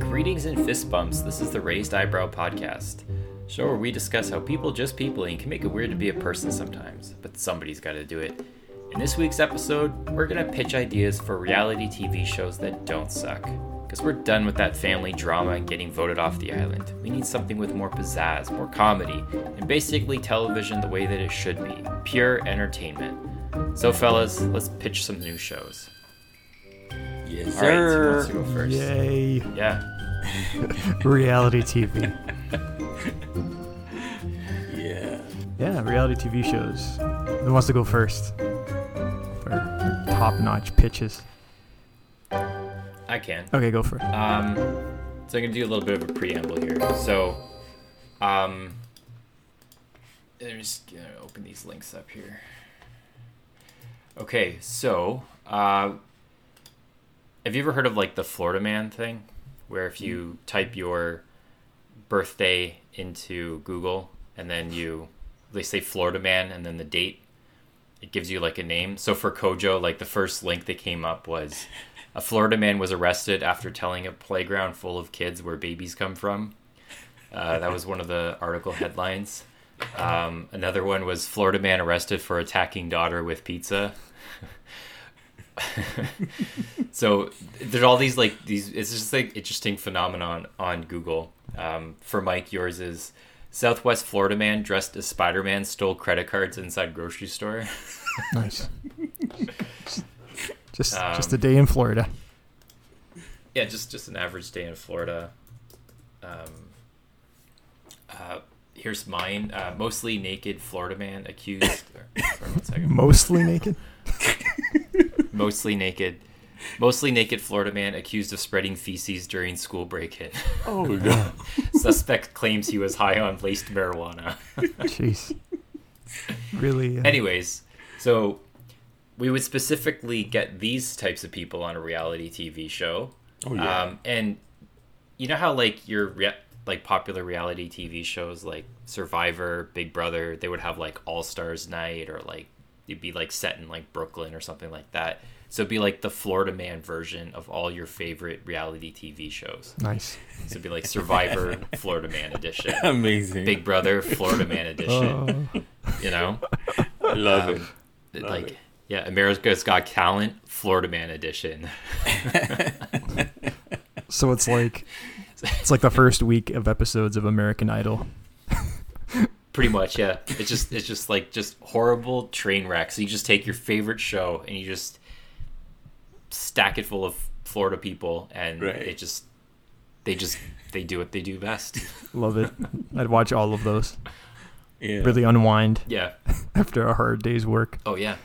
Huggings and Fist Bumps. This is the Raised Eyebrow Podcast. Show where we discuss how people just people and can make it weird to be a person sometimes, but somebody's got to do it. In this week's episode, we're going to pitch ideas for reality TV shows that don't suck. Because we're done with that family drama and getting voted off the island. We need something with more pizzazz, more comedy, and basically television the way that it should be pure entertainment. So, fellas, let's pitch some new shows. Yes, All right, who sir. wants to go first? Yay! Yeah. reality TV. yeah. Yeah, reality TV shows. Who wants to go first? For top-notch pitches. I can. Okay, go for it. Um, so I'm gonna do a little bit of a preamble here. So, um, I'm just gonna open these links up here. Okay, so uh, have you ever heard of like the Florida Man thing, where if you type your birthday into Google and then you they say Florida Man and then the date, it gives you like a name. So for Kojo, like the first link that came up was a Florida man was arrested after telling a playground full of kids where babies come from. Uh, that was one of the article headlines. Um, another one was Florida man arrested for attacking daughter with pizza. so there's all these like these. It's just like interesting phenomenon on Google. Um, for Mike, yours is Southwest Florida man dressed as Spider Man stole credit cards inside grocery store. Nice. just, just Um, a day in Florida. yeah, just just an average day in Florida. Um, uh, here's mine. Uh, mostly naked Florida man accused. sorry, one second. Mostly naked. Mostly naked. Mostly naked Florida man accused of spreading feces during school break-in. Oh no. Suspect claims he was high on laced marijuana. Jeez. Really. Uh, Anyways, so we would specifically get these types of people on a reality TV show. Oh yeah. Um, and you know how like your rea- like popular reality TV shows like Survivor, Big Brother, they would have like All Stars Night or like it'd be like set in like Brooklyn or something like that. So it'd be like the Florida Man version of all your favorite reality TV shows. Nice. So it'd be like Survivor, Florida Man edition, Amazing. Big Brother, Florida Man edition. Oh, You know, I love um, it. Love like it. yeah, America's Got Talent, Florida Man edition. so it's like it's like the first week of episodes of American Idol. pretty much yeah it's just it's just like just horrible train wrecks you just take your favorite show and you just stack it full of florida people and Right. it just they just they do what they do best Love it. I'd watch all of those. Yeah. Really unwind yeah after a hard day's work. oh yeah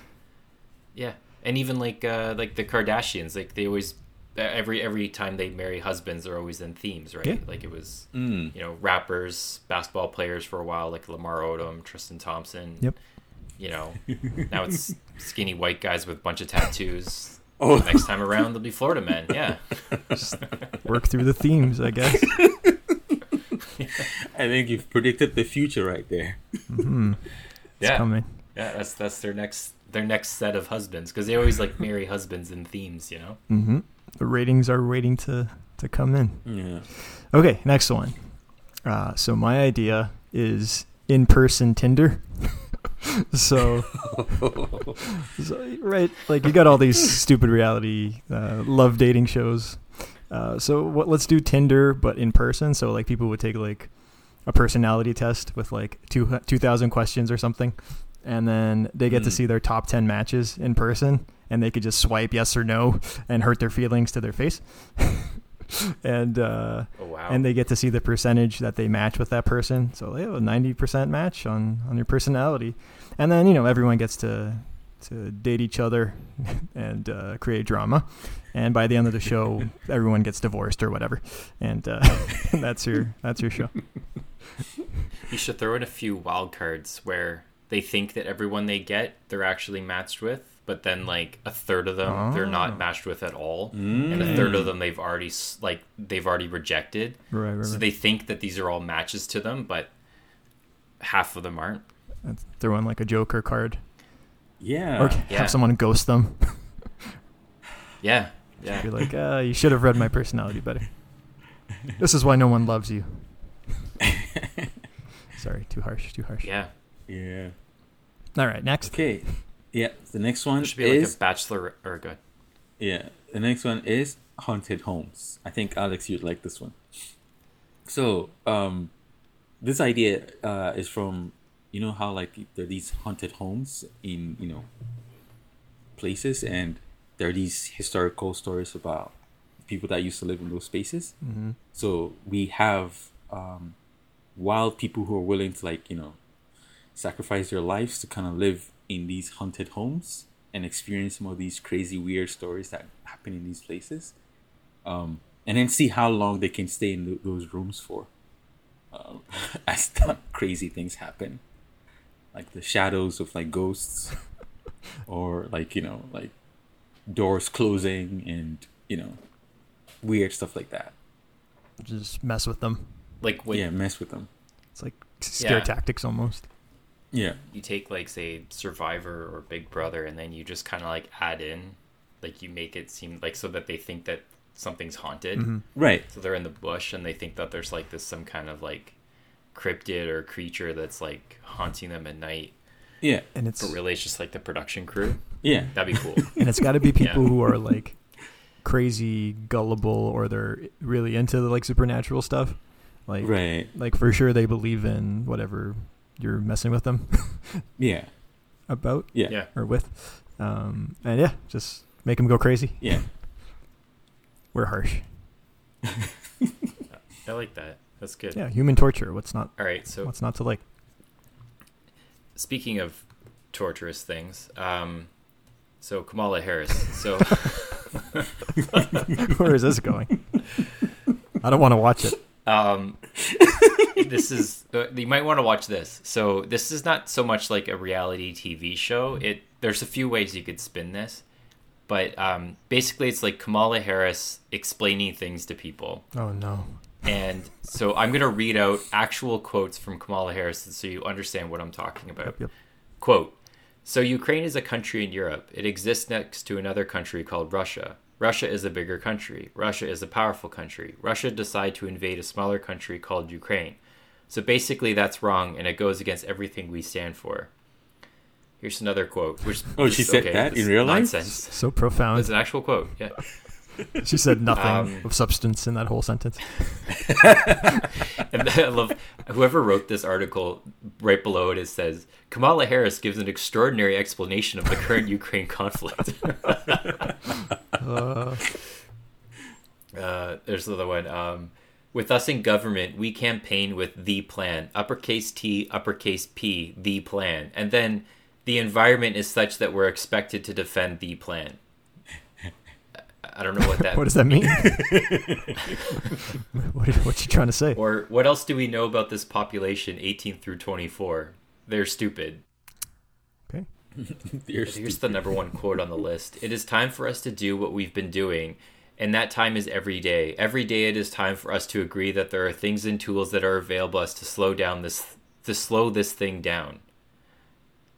yeah and even like uh like the kardashians like they always every every time they marry husbands they're always in themes right Yeah. like it was Mm. you know rappers basketball players for a while like lamar odom tristan thompson Yep. you know now it's skinny white guys with a bunch of tattoos Oh. next time around they'll be florida men yeah Work through the themes, I guess. I think you've predicted the future right there. Mhm. It's yeah coming. yeah that's that's their next their next set of husbands because they always like marry husbands in themes you know Mm-hmm. The ratings are waiting to to come in. Yeah. Okay, next one. Uh, so my idea is in-person Tinder. so, so, right, like you got all these stupid reality uh, love dating shows. Uh, so what? Let's do Tinder, but in person. So like people would take like a personality test with like two two thousand questions or something, and then they get to Mm. see their top ten matches in person, and they could just swipe yes or no and hurt their feelings to their face. and uh, oh wow and they get to see the percentage that they match with that person. So they have a ninety percent match on on your personality, and then you know everyone gets to to date each other and uh, create drama. And by the end of the show, everyone gets divorced or whatever, and uh, that's your that's your show. you should throw in a few wild cards where they think that everyone they get they're actually matched with but then like a third of them they're Oh. not matched with at all and a third of them they've already s- like they've already rejected Right, right, so right. they think that these are all matches to them but half of them aren't That's- Throw in like a joker card, Yeah. or Uh, yeah. have someone ghost them. yeah yeah "Ah, You're like, uh, you should have read my personality better. This is why no one loves you. Sorry, too harsh, too harsh. Yeah. yeah. All right, next. Okay. Yeah. The next one It should be like is a bachelor or good. yeah. The next one is haunted homes. I think Alex, you'd like this one. So, um, this idea uh, is from you know how like there are these haunted homes in you know places, and there are these historical stories about people that used to live in those spaces. Mm-hmm. So we have um, wild people who are willing to like you know sacrifice their lives to kind of live in these haunted homes and experience some of these crazy weird stories that happen in these places, um, and then see how long they can stay in th- those rooms for. Um, as th- crazy things happen, like the shadows of like ghosts, or like you know like doors closing and you know weird stuff like that Just mess with them. Like when yeah, mess with them. It's like scare Yeah. tactics almost. Yeah, you take like say Survivor or Big Brother, and then you just kind of like add in, like you make it seem like so that they think that something's haunted. Mm-hmm. right. So they're in the bush and they think that there's like this some kind of like cryptid or creature that's like haunting them at night. Yeah, And it's But really, it's just like the production crew. yeah, That'd be cool. and it's got to be people Yeah. who are like crazy gullible or they're really into like supernatural stuff. Like right. like for sure they believe in whatever you're messing with them Yeah, about yeah, yeah. yeah. or with. Um, and yeah, just make them go crazy. We're harsh. I like that. That's good. Yeah, human torture. What's not All right. So what's not to like? speaking of torturous things, um, so Kamala Harris. So Where is this going? I don't want to watch it. um, this is uh, you might want to watch this. So this is not so much like a reality TV show. It there's a few ways you could spin this, but um, basically it's like Kamala Harris explaining things to people. Oh no. And so I'm going to read out actual quotes from Kamala Harris so you understand what I'm talking about. Yep, yep. Quote So Ukraine is a country in Europe. It exists next to another country called Russia. Russia is a bigger country. Russia is a powerful country. Russia decided to invade a smaller country called Ukraine. So basically, that's wrong and it goes against everything we stand for. Here's another quote. Which, Oh, she said that this in real life? Nonsense. Oh, So It's profound. an actual quote. Yeah. She said nothing Um, of substance in that whole sentence. And I love whoever wrote this article. Right below it, it says Kamala Harris gives an extraordinary explanation of the current Ukraine conflict. Uh, Uh, there's another one. Um, with us in government, we campaign with the plan, uppercase T, uppercase P, the plan, and then the environment is such that we're expected to defend the plan. I- I don't know what that what does that mean? what, what you trying to say? or what else do we know about this population 18 through 24? They're stupid. Okay. You're Here's stupid. the number one quote on the list. It is time for us to do what we've been doing, and that time is every day. Every day it is time for us to agree that there are things and tools that are available us to slow down this to slow this thing down.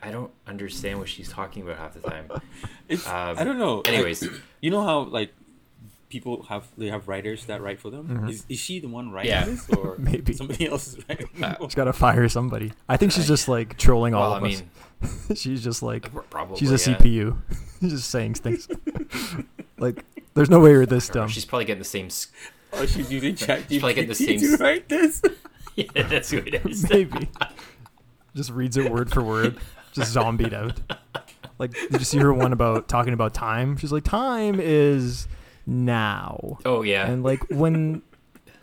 I don't understand what she's talking about half the time. It's, Um, I don't know. like, Anyways, you know how like people have they have writers that write for them. Mm-hmm. Is, is she the one writing Yeah. this, or Maybe. somebody else is writing? Uh, She's got to fire somebody. I think she's just like trolling all well, I of mean, us. she's just like probably uh, she's a yeah. CPU. she's just saying things. like there's no way we're this dumb. She's probably getting the same. s- or she's using ChatGPT probably getting the same to s- write this. yeah, that's who it is. Maybe. just reads it word for word. Just zombied out. Like did you see her one about talking about time? She's like time is now. Oh yeah, And like when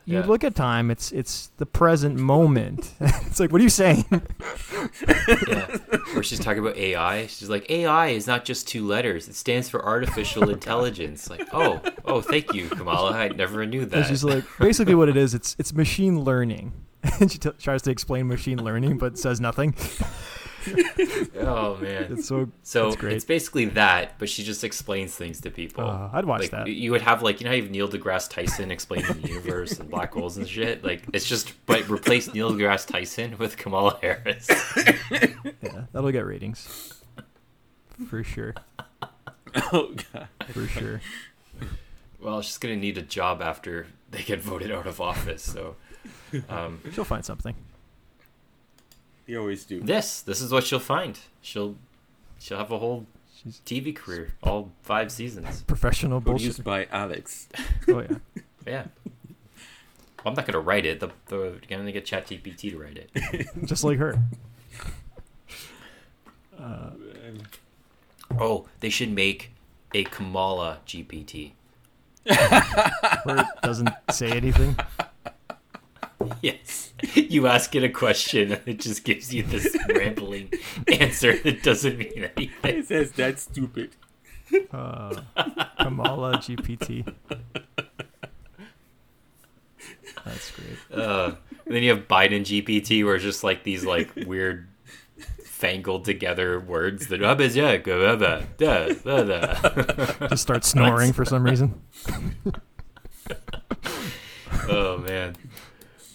you Yeah. look at time, it's it's the present moment. it's like what are you saying? yeah. Where she's talking about AI. She's like, AI is not just two letters. It stands for artificial intelligence. Like, oh, oh, thank you, Kamala. I never knew And that. she's like, basically, what it is, it's it's machine learning, and she t- tries to explain machine learning, but says nothing. oh man. It's so So that's great. it's basically that, but she just explains things to people. Uh, I'd watch like, that. You would have like you know how you have Neil deGrasse Tyson explaining the universe and black holes and shit. Like it's just but replace Neil deGrasse Tyson with Kamala Harris. yeah, that'll get ratings for sure, oh god. for sure. Well, she's gonna need a job after they get voted out of office. So um, She'll find something. They always do. this this is what she'll find. She'll she'll have a whole She's TV career, all five seasons. professional Oh, Produced bullshit. by Alex. Oh yeah. Yeah. Well, I'm not gonna write it. The, the I'm gonna get ChatGPT to write it. Just like her. Uh, Oh, they should make a Kamala GPT. Where it doesn't say anything. Yes. You ask it a question and it just gives you this rambling answer that doesn't mean anything. it says that's stupid. Uh, Kamala GPT. That's great. Uh, and then you have Biden GPT where it's just like these like weird fangled together words that "Ah, but yeah, go, ah, but, da, da, da." Just start snoring for some reason. oh man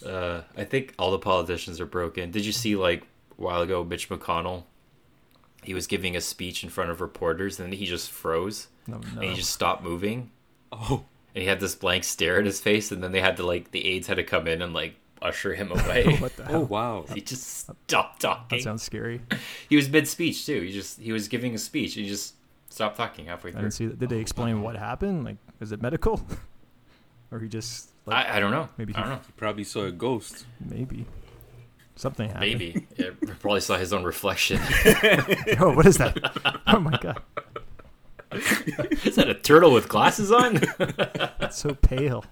uh, i think all the politicians are broken did you see like a while ago mitch mcconnell he was giving a speech in front of reporters and then he just froze No, and no. he just stopped moving Oh, and he had this blank stare at his face and then they had to like the aides had to come in and like usher him away What the oh hell? wow. he just stopped That talking sounds scary. he was mid-speech too he just he was giving a speech and he just stopped talking halfway I through didn't see that. Did they explain what happened? Like, is it medical? or he just like I, I don't know Maybe i don't know You probably saw a ghost. maybe something happened? maybe Yeah, probably saw his own reflection Oh, what is that? Oh my god, is that a turtle with glasses on it's so pale.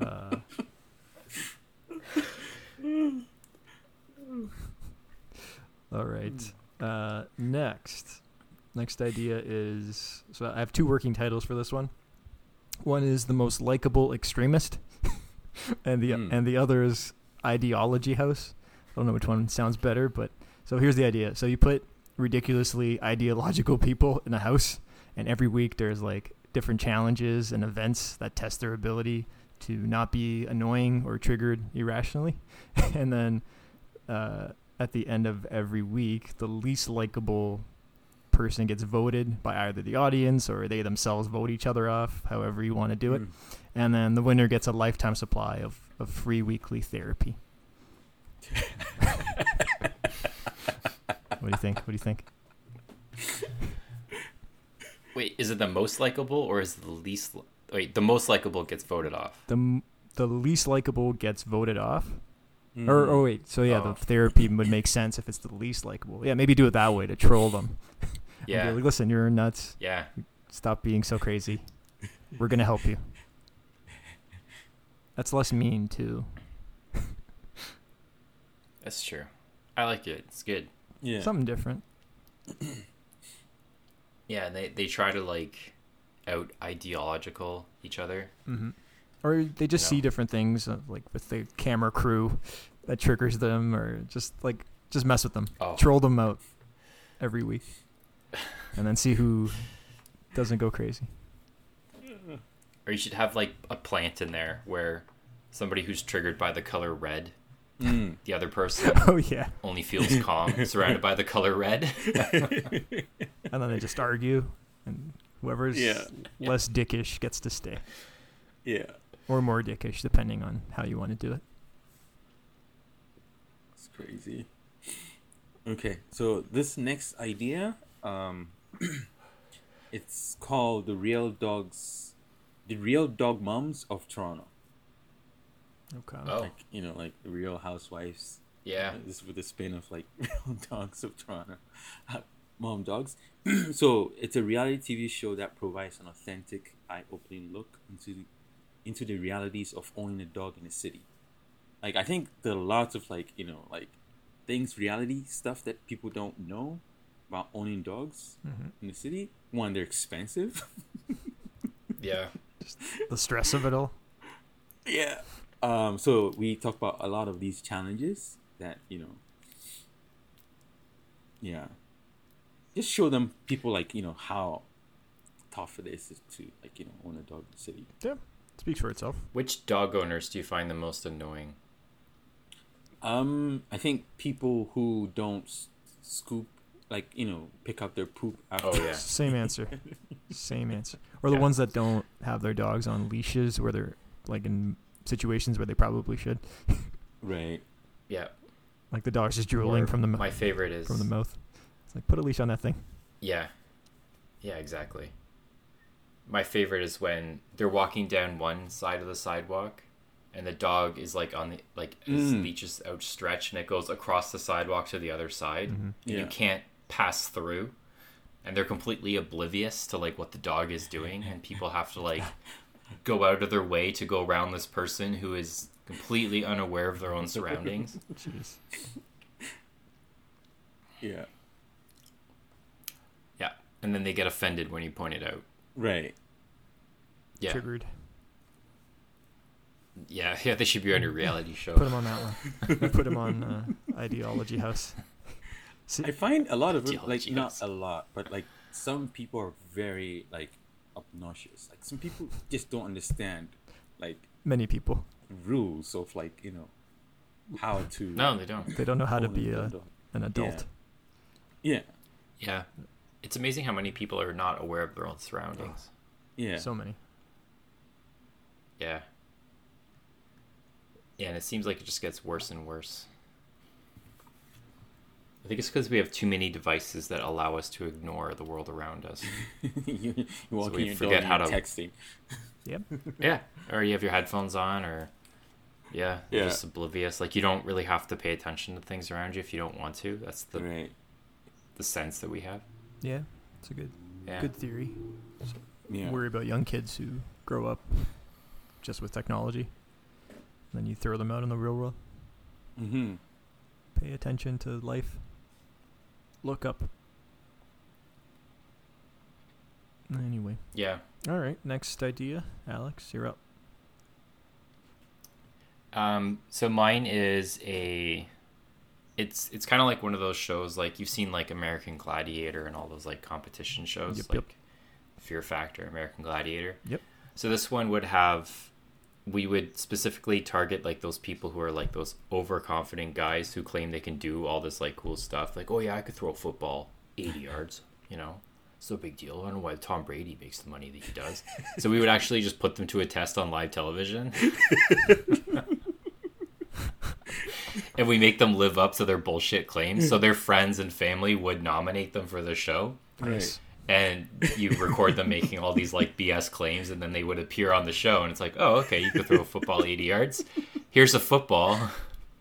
Uh, all right. Uh, next, next idea is so I have two working titles for this one. One is the most likable extremist, and the Hmm. and the other is ideology house. I don't know which one sounds better, but so here's the idea. So you put ridiculously ideological people in a house, and every week there's like different challenges and events that test their ability to not be annoying or triggered irrationally. and then uh, at the end of every week, the least likable person gets voted by either the audience or they themselves vote each other off, however you want to Hmm. do it. And then the winner gets a lifetime supply of, of free weekly therapy. what do you think? What do you think? Wait, is it the most likable or is it the least? Li- Wait, the most likable gets voted off. The m- the least likable gets voted off. Mm. Or oh wait, so yeah, Oh. the therapy would make sense if it's the least likable. Yeah, maybe do it that way to troll them. And be Yeah, like, Listen, you're nuts. yeah. Stop being so crazy. We're gonna help you. That's less mean too. That's true. I like it. It's good. yeah. Something different. Yeah, and they they try to like out ideological each other. Mm-hmm. Or they just see No. different things, uh, like with the camera crew that triggers them, or just like just mess with them, Oh, troll them out every week, and then see who doesn't go crazy. or you should have like a plant in there where somebody who's triggered by the color red, Mm. the other person Oh yeah, only feels calm surrounded by the color red. and then they just argue, and whoever's Yeah. less dickish gets to stay, Yeah. or more dickish, depending on how you want to do it. It's crazy. Okay, so this next idea, um, it's called the real dogs, the real dog moms of Toronto. Okay. Oh, Like you know, like the real housewives. yeah. This is with the spin of like real dogs of Toronto, Uh, mom dogs. so it's a reality TV show that provides an authentic, eye-opening look into the, into the realities of owning a dog in a city. Like I think there are lots of like you know like things reality stuff that people don't know about owning dogs in the city. One, they're expensive. Yeah. The stress of it all. Yeah. Um, so we talk about a lot of these challenges that you know. Yeah. Just show them people like you know how tough it is to like you know own a dog in the city. Yeah, speaks for itself. Which dog owners do you find the most annoying? Um, I think people who don't s- scoop like you know pick up their poop after. Oh yeah. Same answer. Same answer. Or the ones that don't have their dogs on leashes where they're like in situations where they probably should. Right. Yeah. Like the dog's just drooling Or from the mou- My favorite is from the mouth. It's like put a leash on that thing. Yeah. Yeah, exactly. My favorite is when they're walking down one side of the sidewalk and the dog is like on the like his Mm. leash is outstretched and it goes across the sidewalk to the other side. and Yeah. You can't pass through. And they're completely oblivious to like what the dog is doing and people have to like go out of their way to go around this person who is completely unaware of their own surroundings. Jeez. Yeah. Yeah. And then they get offended when you point it out. Right. Yeah. Triggered. Yeah, yeah, they should be on your reality show. Put him on that one. We put him on uh, ideology house. See, I find a lot of it, like Ideology not house. a lot, but like some people are very like obnoxious. Like some people just don't understand like many people rules of like you know how to No, they don't. they don't know how to own be a a, dog. an adult. Yeah. Yeah. It's amazing how many people are not aware of their own surroundings. Yeah. So many. Yeah. Yeah, and it seems like it just gets worse and worse. I think it's because we have too many devices that allow us to ignore the world around us. you, you walk we in your dog forget and how you're to- texting. Yep. yeah. Or you have your headphones on, or. Yeah, you're Yeah. just oblivious. Like, you don't really have to pay attention to things around you if you don't want to. That's the, Right. the sense that we have. Yeah. It's a good Yeah. good theory. Yeah. Worry about young kids who grow up just with technology. Then you throw them out in the real world. hmm Pay attention to life. Look up. Anyway. Yeah. All right. Next idea. Alex, you're up. Um, so mine is a it's it's kind of like one of those shows like you've seen like American Gladiator and all those like competition shows Yep, like yep. Fear Factor, American Gladiator. Yep. So this one would have we would specifically target like those people who are like those overconfident guys who claim they can do all this like cool stuff like oh yeah I could throw a football 80 yards, you know. It's no big deal. I don't know why Tom Brady makes the money that he does. so we would actually just put them to a test on live television. and we make them live up to their bullshit claims. So their friends and family would nominate them for the show, Right. and you record them making all these like BS claims, and then they would appear on the show, and it's like, oh, okay, you could throw a football eighty yards. Here's a football.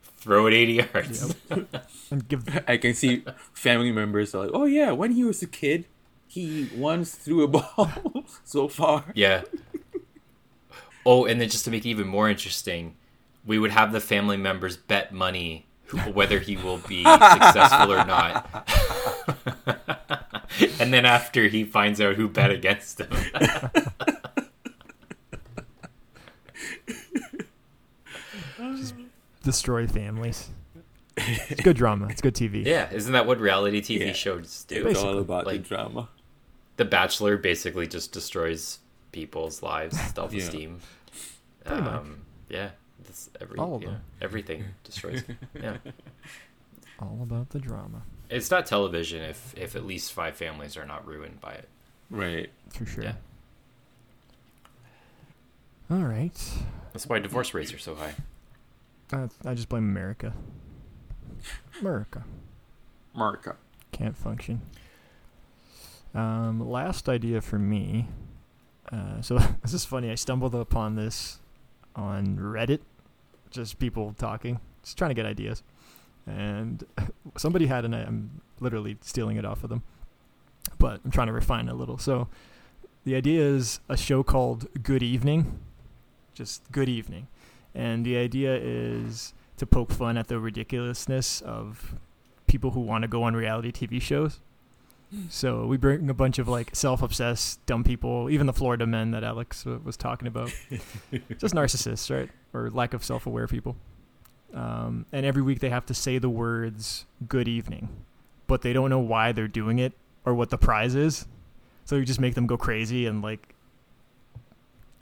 Throw it 80 yards. And give I can see family members are like, oh yeah, when he was a kid, he once threw a ball so far. Yeah. Oh, and then just to make it even more interesting, we would have the family members bet money who- whether he will be successful or not. and then after he finds out who bet against him. destroy families. It's good drama. It's good TV. Yeah, isn't that what reality TV Yeah. shows do? It's all about like- the drama. The Bachelor basically just destroys people's lives, self esteem. Pretty much. Um, yeah, that's every, All of yeah, them. everything destroys. yeah, All about the drama. it's not television if if at least five families are not ruined by it. Right. For sure. Yeah. All right. That's why divorce rates are so high. Uh, I just blame America. America. Marka. Can't function. Um, last idea for me. Uh, so this is funny. I stumbled upon this on Reddit, just people talking, just trying to get ideas. And somebody had an. I'm literally stealing it off of them, but I'm trying to refine it a little. So the idea is a show called Good Evening, just Good Evening, and the idea is to poke fun at the ridiculousness of people who want to go on reality TV shows. So we bring a bunch of like self-obsessed dumb people, even the Florida men that Alex uh, was talking about, just narcissists, right, or lack of self-aware people. Um, and every week they have to say the words "Good evening," but they don't know why they're doing it or what the prize is. So you just make them go crazy and like,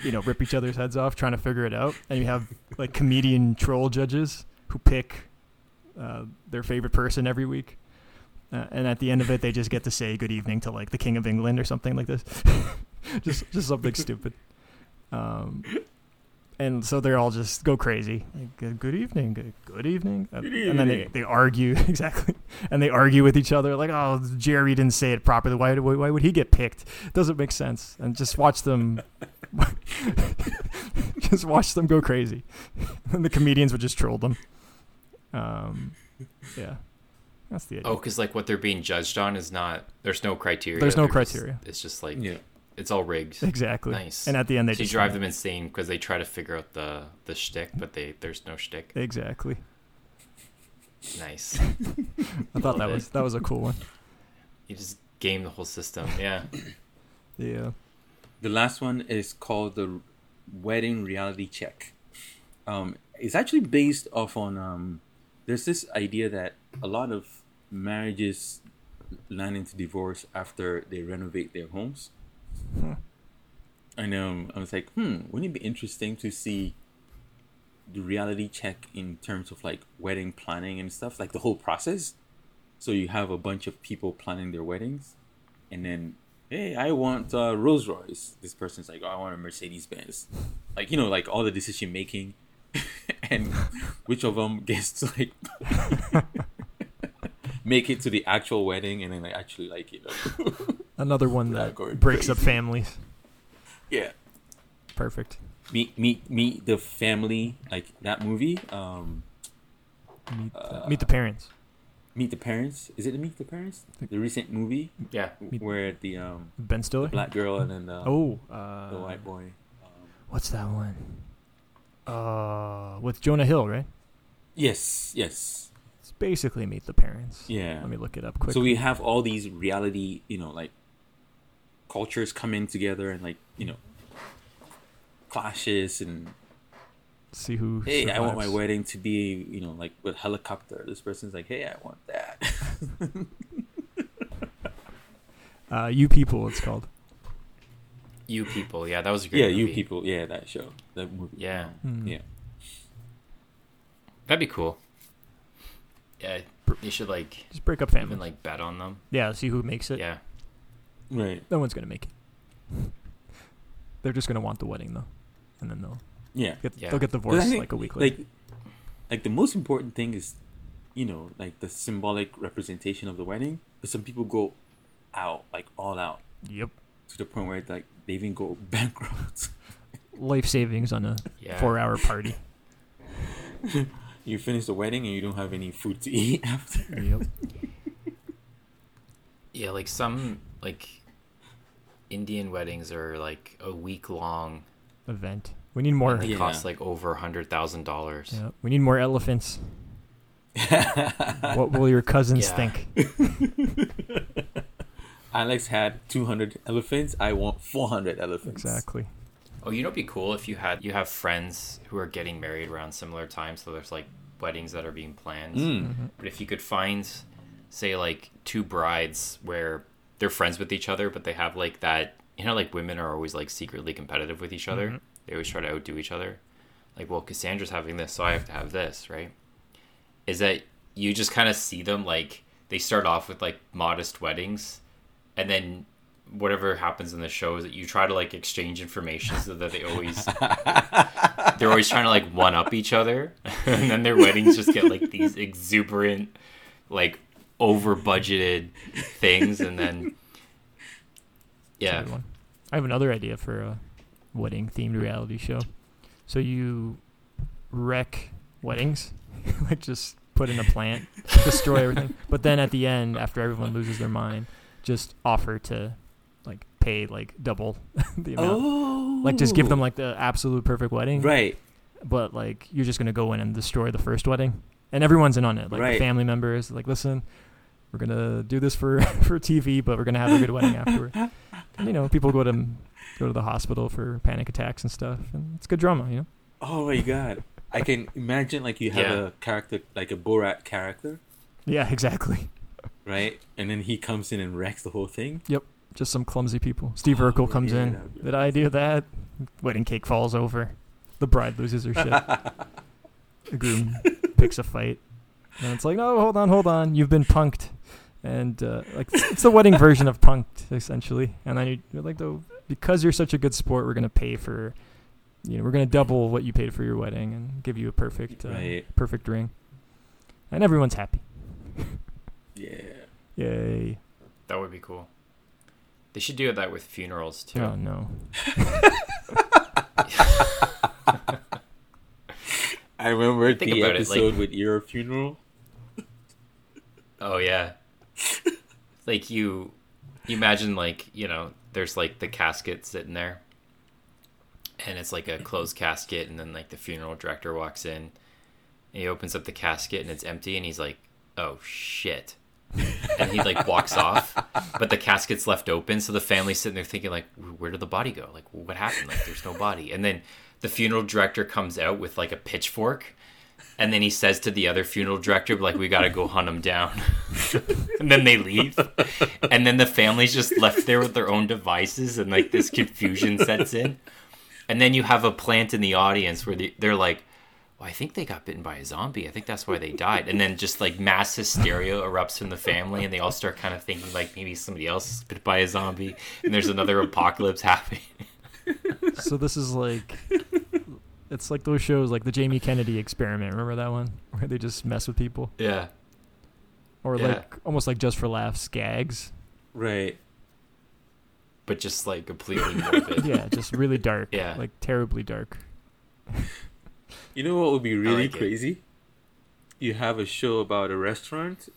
you know, rip each other's heads off trying to figure it out. And you have like comedian troll judges who pick uh, their favorite person every week. Uh, and at the end of it, they just get to say good evening to like the King of England or something like this. just just something stupid. Um, and so they're all just go crazy. Like, "Good- good evening, good, good evening. And- Good And then they, evening. they argue exactly, and they argue with each other like, "Oh, Jerry didn't say it properly. Why why why would he get picked? Doesn't make sense." And just watch them. just watch them go crazy, and the comedians would just troll them. Um, yeah, that's the idea. Oh, because like what they're being judged on is not. There's no criteria. There's no They're just- criteria. it's just like Yeah. it's all rigged. Exactly. Nice. And at the end, they so you just drive them insane because they try to figure out the the shtick, but they there's no shtick. Exactly. Nice. I thought that Love it. was that was a cool one. You just game the whole system. Yeah. Yeah. The last one is called the Wedding Reality Check. Um, it's actually based off on um, there's this idea that a lot of marriages land into divorce after they renovate their homes. And um, I was like, hmm, wouldn't it be interesting to see the reality check in terms of like wedding planning and stuff, like the whole process? So you have a bunch of people planning their weddings, and then hey, I want uh, Rolls Royce. This person's like, oh, I want a Mercedes Benz. Like you know, like all the decision making, and which of them gets to like make it to the actual wedding, and then like actually like you know, Another one Without that going breaks up crazy. families. yeah, Perfect. meet meet meet the family like that movie. Um, Meet, Uh, the meet the parents. meet the parents. Is it meet the parents? The recent movie Yeah. where the um Ben Stiller. black girl and then the, oh, the uh, white boy. Um, what's that one? Uh, with Jonah Hill, right? Yes, yes, It's basically Meet the Parents. yeah. Let me look it up quick. So we have all these reality, you know, like cultures coming together and like you know clashes and See who. hey, I want my survives. wedding to be you know like with helicopter. This person's like, hey, I want that. Uh, you people, it's called. You people. Yeah, that was a great. yeah, you movie. people. Yeah, that show, that movie. Yeah. Hmm. Um, yeah. That'd be cool. Yeah. You should like Just break up even families. like bet on them. yeah. See who makes it. Yeah. Right. No one's gonna make it. They're just gonna want the wedding though, and then they'll Yeah. get Yeah. they'll get But I divorced think, like a week later. Like, like the most important thing is, you know, like the symbolic representation of the wedding. But some people go out, like all out, yep. to the point where like they even go bankrupt. Life savings on a Yeah. four-hour party. you finish the wedding and you don't have any food to eat after. Yep. Yeah, like some like Indian weddings are like a week long. Event. We need more. They Yeah. cost like over a hundred thousand dollars. Yeah, we need more elephants. what will your cousins Yeah. think? Alex had two hundred elephants. I want four hundred elephants. Exactly. Oh, you know, it'd be cool if you had you have friends who are getting married around similar times. So there's like weddings that are being planned. Mm. Mm-hmm. But if you could find, say, like two brides where they're friends with each other, but they have like that, you know, like women are always like secretly competitive with each other. They always try to outdo each other. Like, well, Cassandra's having this, so I have to have this, right? Is that you just kind of see them like they start off with like modest weddings, and then whatever happens in the show is that you try to like exchange information so that they always they're always trying to like one up each other and then their weddings just get like these exuberant like over budgeted things and then yeah Good one. I have another idea for a wedding themed reality show. So you wreck weddings, like just put in a plant, destroy everything. But then at the end, after everyone loses their mind, just offer to like pay like double the amount. Oh, Like just give them like the absolute perfect wedding. right. but like you're just gonna go in and destroy the first wedding, and everyone's in on it. Like the Right. family members, like listen, we're gonna do this for for TV, but we're gonna have a good wedding afterward. And, you know, people go to go to the hospital for panic attacks and stuff, and it's good drama. You know, Oh my god. I can imagine like you have Yeah. a character like a Borat character, yeah, exactly. right? And then he comes in and wrecks the whole thing. Just some clumsy people. Steve Oh, Urkel comes yeah, in. that'd be Did I do that? Wedding cake falls over. The bride loses her shit. the groom picks a fight, and it's like, no, hold on, hold on, you've been punked. and uh, like it's the wedding version of punked essentially. And then you- you're like, though, because you're such a good sport, we're gonna pay for, you know, we're gonna double what you paid for your wedding and give you a perfect, uh, Right. perfect ring, and everyone's happy. Yeah. Yay! That would be cool. They should do that with funerals too. Oh no, I remember Think the about it, like- episode with your funeral. Oh yeah. like you, you imagine like you know, there's like the casket sitting there, and it's like a closed casket, and then like the funeral director walks in, and he opens up the casket and it's empty, and he's like, "Oh shit." and he like walks off, but the casket's left open. So the family's sitting there thinking, like, where did the body go? Like, what happened? Like, there's no body. And then the funeral director comes out with like a pitchfork, and then he says to the other funeral director, like, we gotta go hunt him down. and then they leave, and then the family's just left there with their own devices, and like this confusion sets in. And then you have a plant in the audience where they, they're like, well, I think they got bitten by a zombie. I think that's why they died. And then just like mass hysteria erupts from the family, and they all start kind of thinking like maybe somebody else is bit by a zombie, and there's another apocalypse happening. so this is like. It's like those shows, like the Jamie Kennedy experiment. Remember that one where they just mess with people, Yeah, or Yeah. like almost like just for laughs gags. Right. but just like completely morbid. Yeah, just really dark. Yeah. like terribly dark. You know what would be really like it. crazy? You have a show about a restaurant.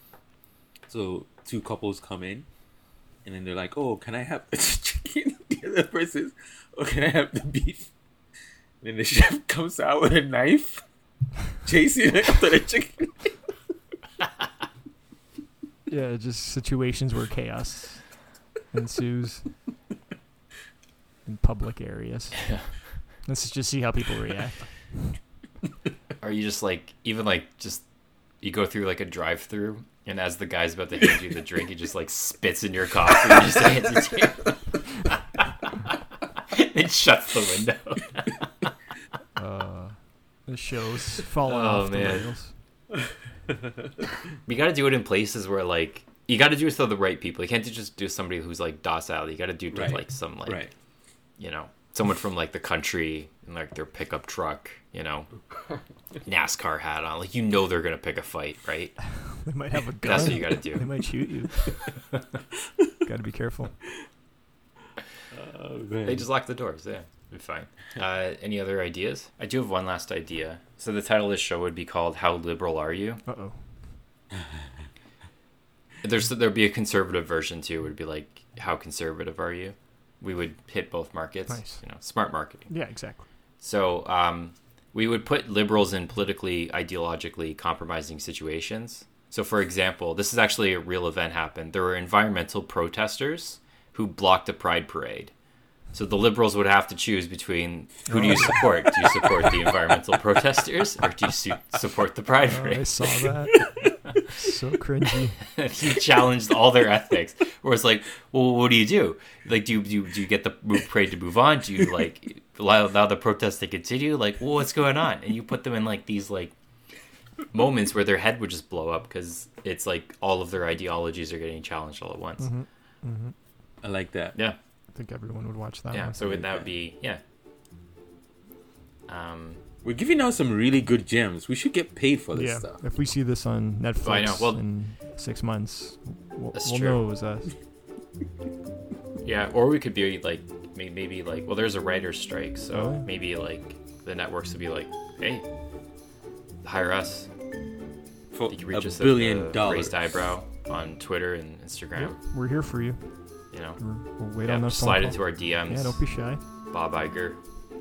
So two couples come in, and then they're like, "Oh, can I have the chicken?" The other person's, "Oh, can I have the beef?" And then the chef comes out with a knife, chasing after the chicken. Yeah, just situations where chaos ensues in public areas. Yeah. Let's just see how people react. Or you just like even like just you go through like a drive-through, and as the guy's about to hand you the drink, he just like spits in your coffee and just hands it to you. it shuts the window. Uh, the show's falling Oh, off man. the rails. You got to do it in places where like you got to do it to the right people. You can't just do somebody who's like docile. You got to do it to Right. like some like Right. you know someone from like the country and like their pickup truck. You know, NASCAR hat on. Like you know they're gonna pick a fight, right? They might have a gun. That's what you got to They do. might shoot you. got to be careful. Oh, They just lock the doors. Yeah, be fine. Uh, any other ideas? I do have one last idea. So the title of this show would be called "How Liberal Are You." Uh oh. There's there'd be a conservative version too. It would be like, "How conservative are you?" We would hit both markets. Nice. You know, smart marketing. Yeah, exactly. So um, we would put liberals in politically, ideologically compromising situations. So, for example, this is actually a real event happened. There were environmental protesters who blocked a pride parade. So the liberals would have to choose between who do you support? Do you support the environmental protesters or do you su- support the pride Oh, I parade? saw that. so cringy. he challenged all their ethics. Where it's like, well, what do you do? Like, do you do you, do you get the move parade to move on? Do you like allow, allow the protests to continue? Like, well, what's going on? And you put them in like these like moments where their head would just blow up because it's like all of their ideologies are getting challenged all at once. I like that. Yeah, I think everyone would watch that yeah. one. So would that would be yeah. Um, We're giving out some really good gems. We should get paid for this yeah, stuff. if we see this on Netflix Oh, I know, well- in six months, we'll, That's we'll true. know it was us. yeah, or we could be like may- maybe like well, there's a writer's strike, so Oh. maybe like the networks would be like, hey, hire us. For You can Oh, a reach us at billion the dollars. Raised eyebrow on Twitter and Instagram. We're here for you. You know, We're, we'll wait Yeah, on those phone slide calls. into our DMs. Yeah, don't be shy. Bob Iger.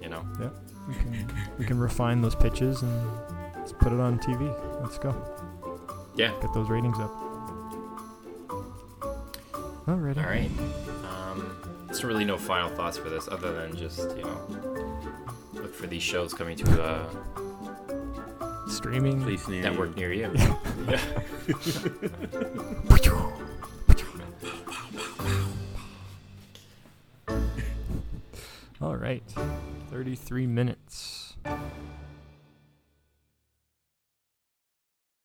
You know, Yeah, we can, we can refine those pitches and let's put it on TV. Let's go yeah. get those ratings up. Alrighty. All right. Um, it's really no final thoughts for this, other than just you know, look for these shows coming to a Streaming. Place near network near you. All right. Thirty-three minutes.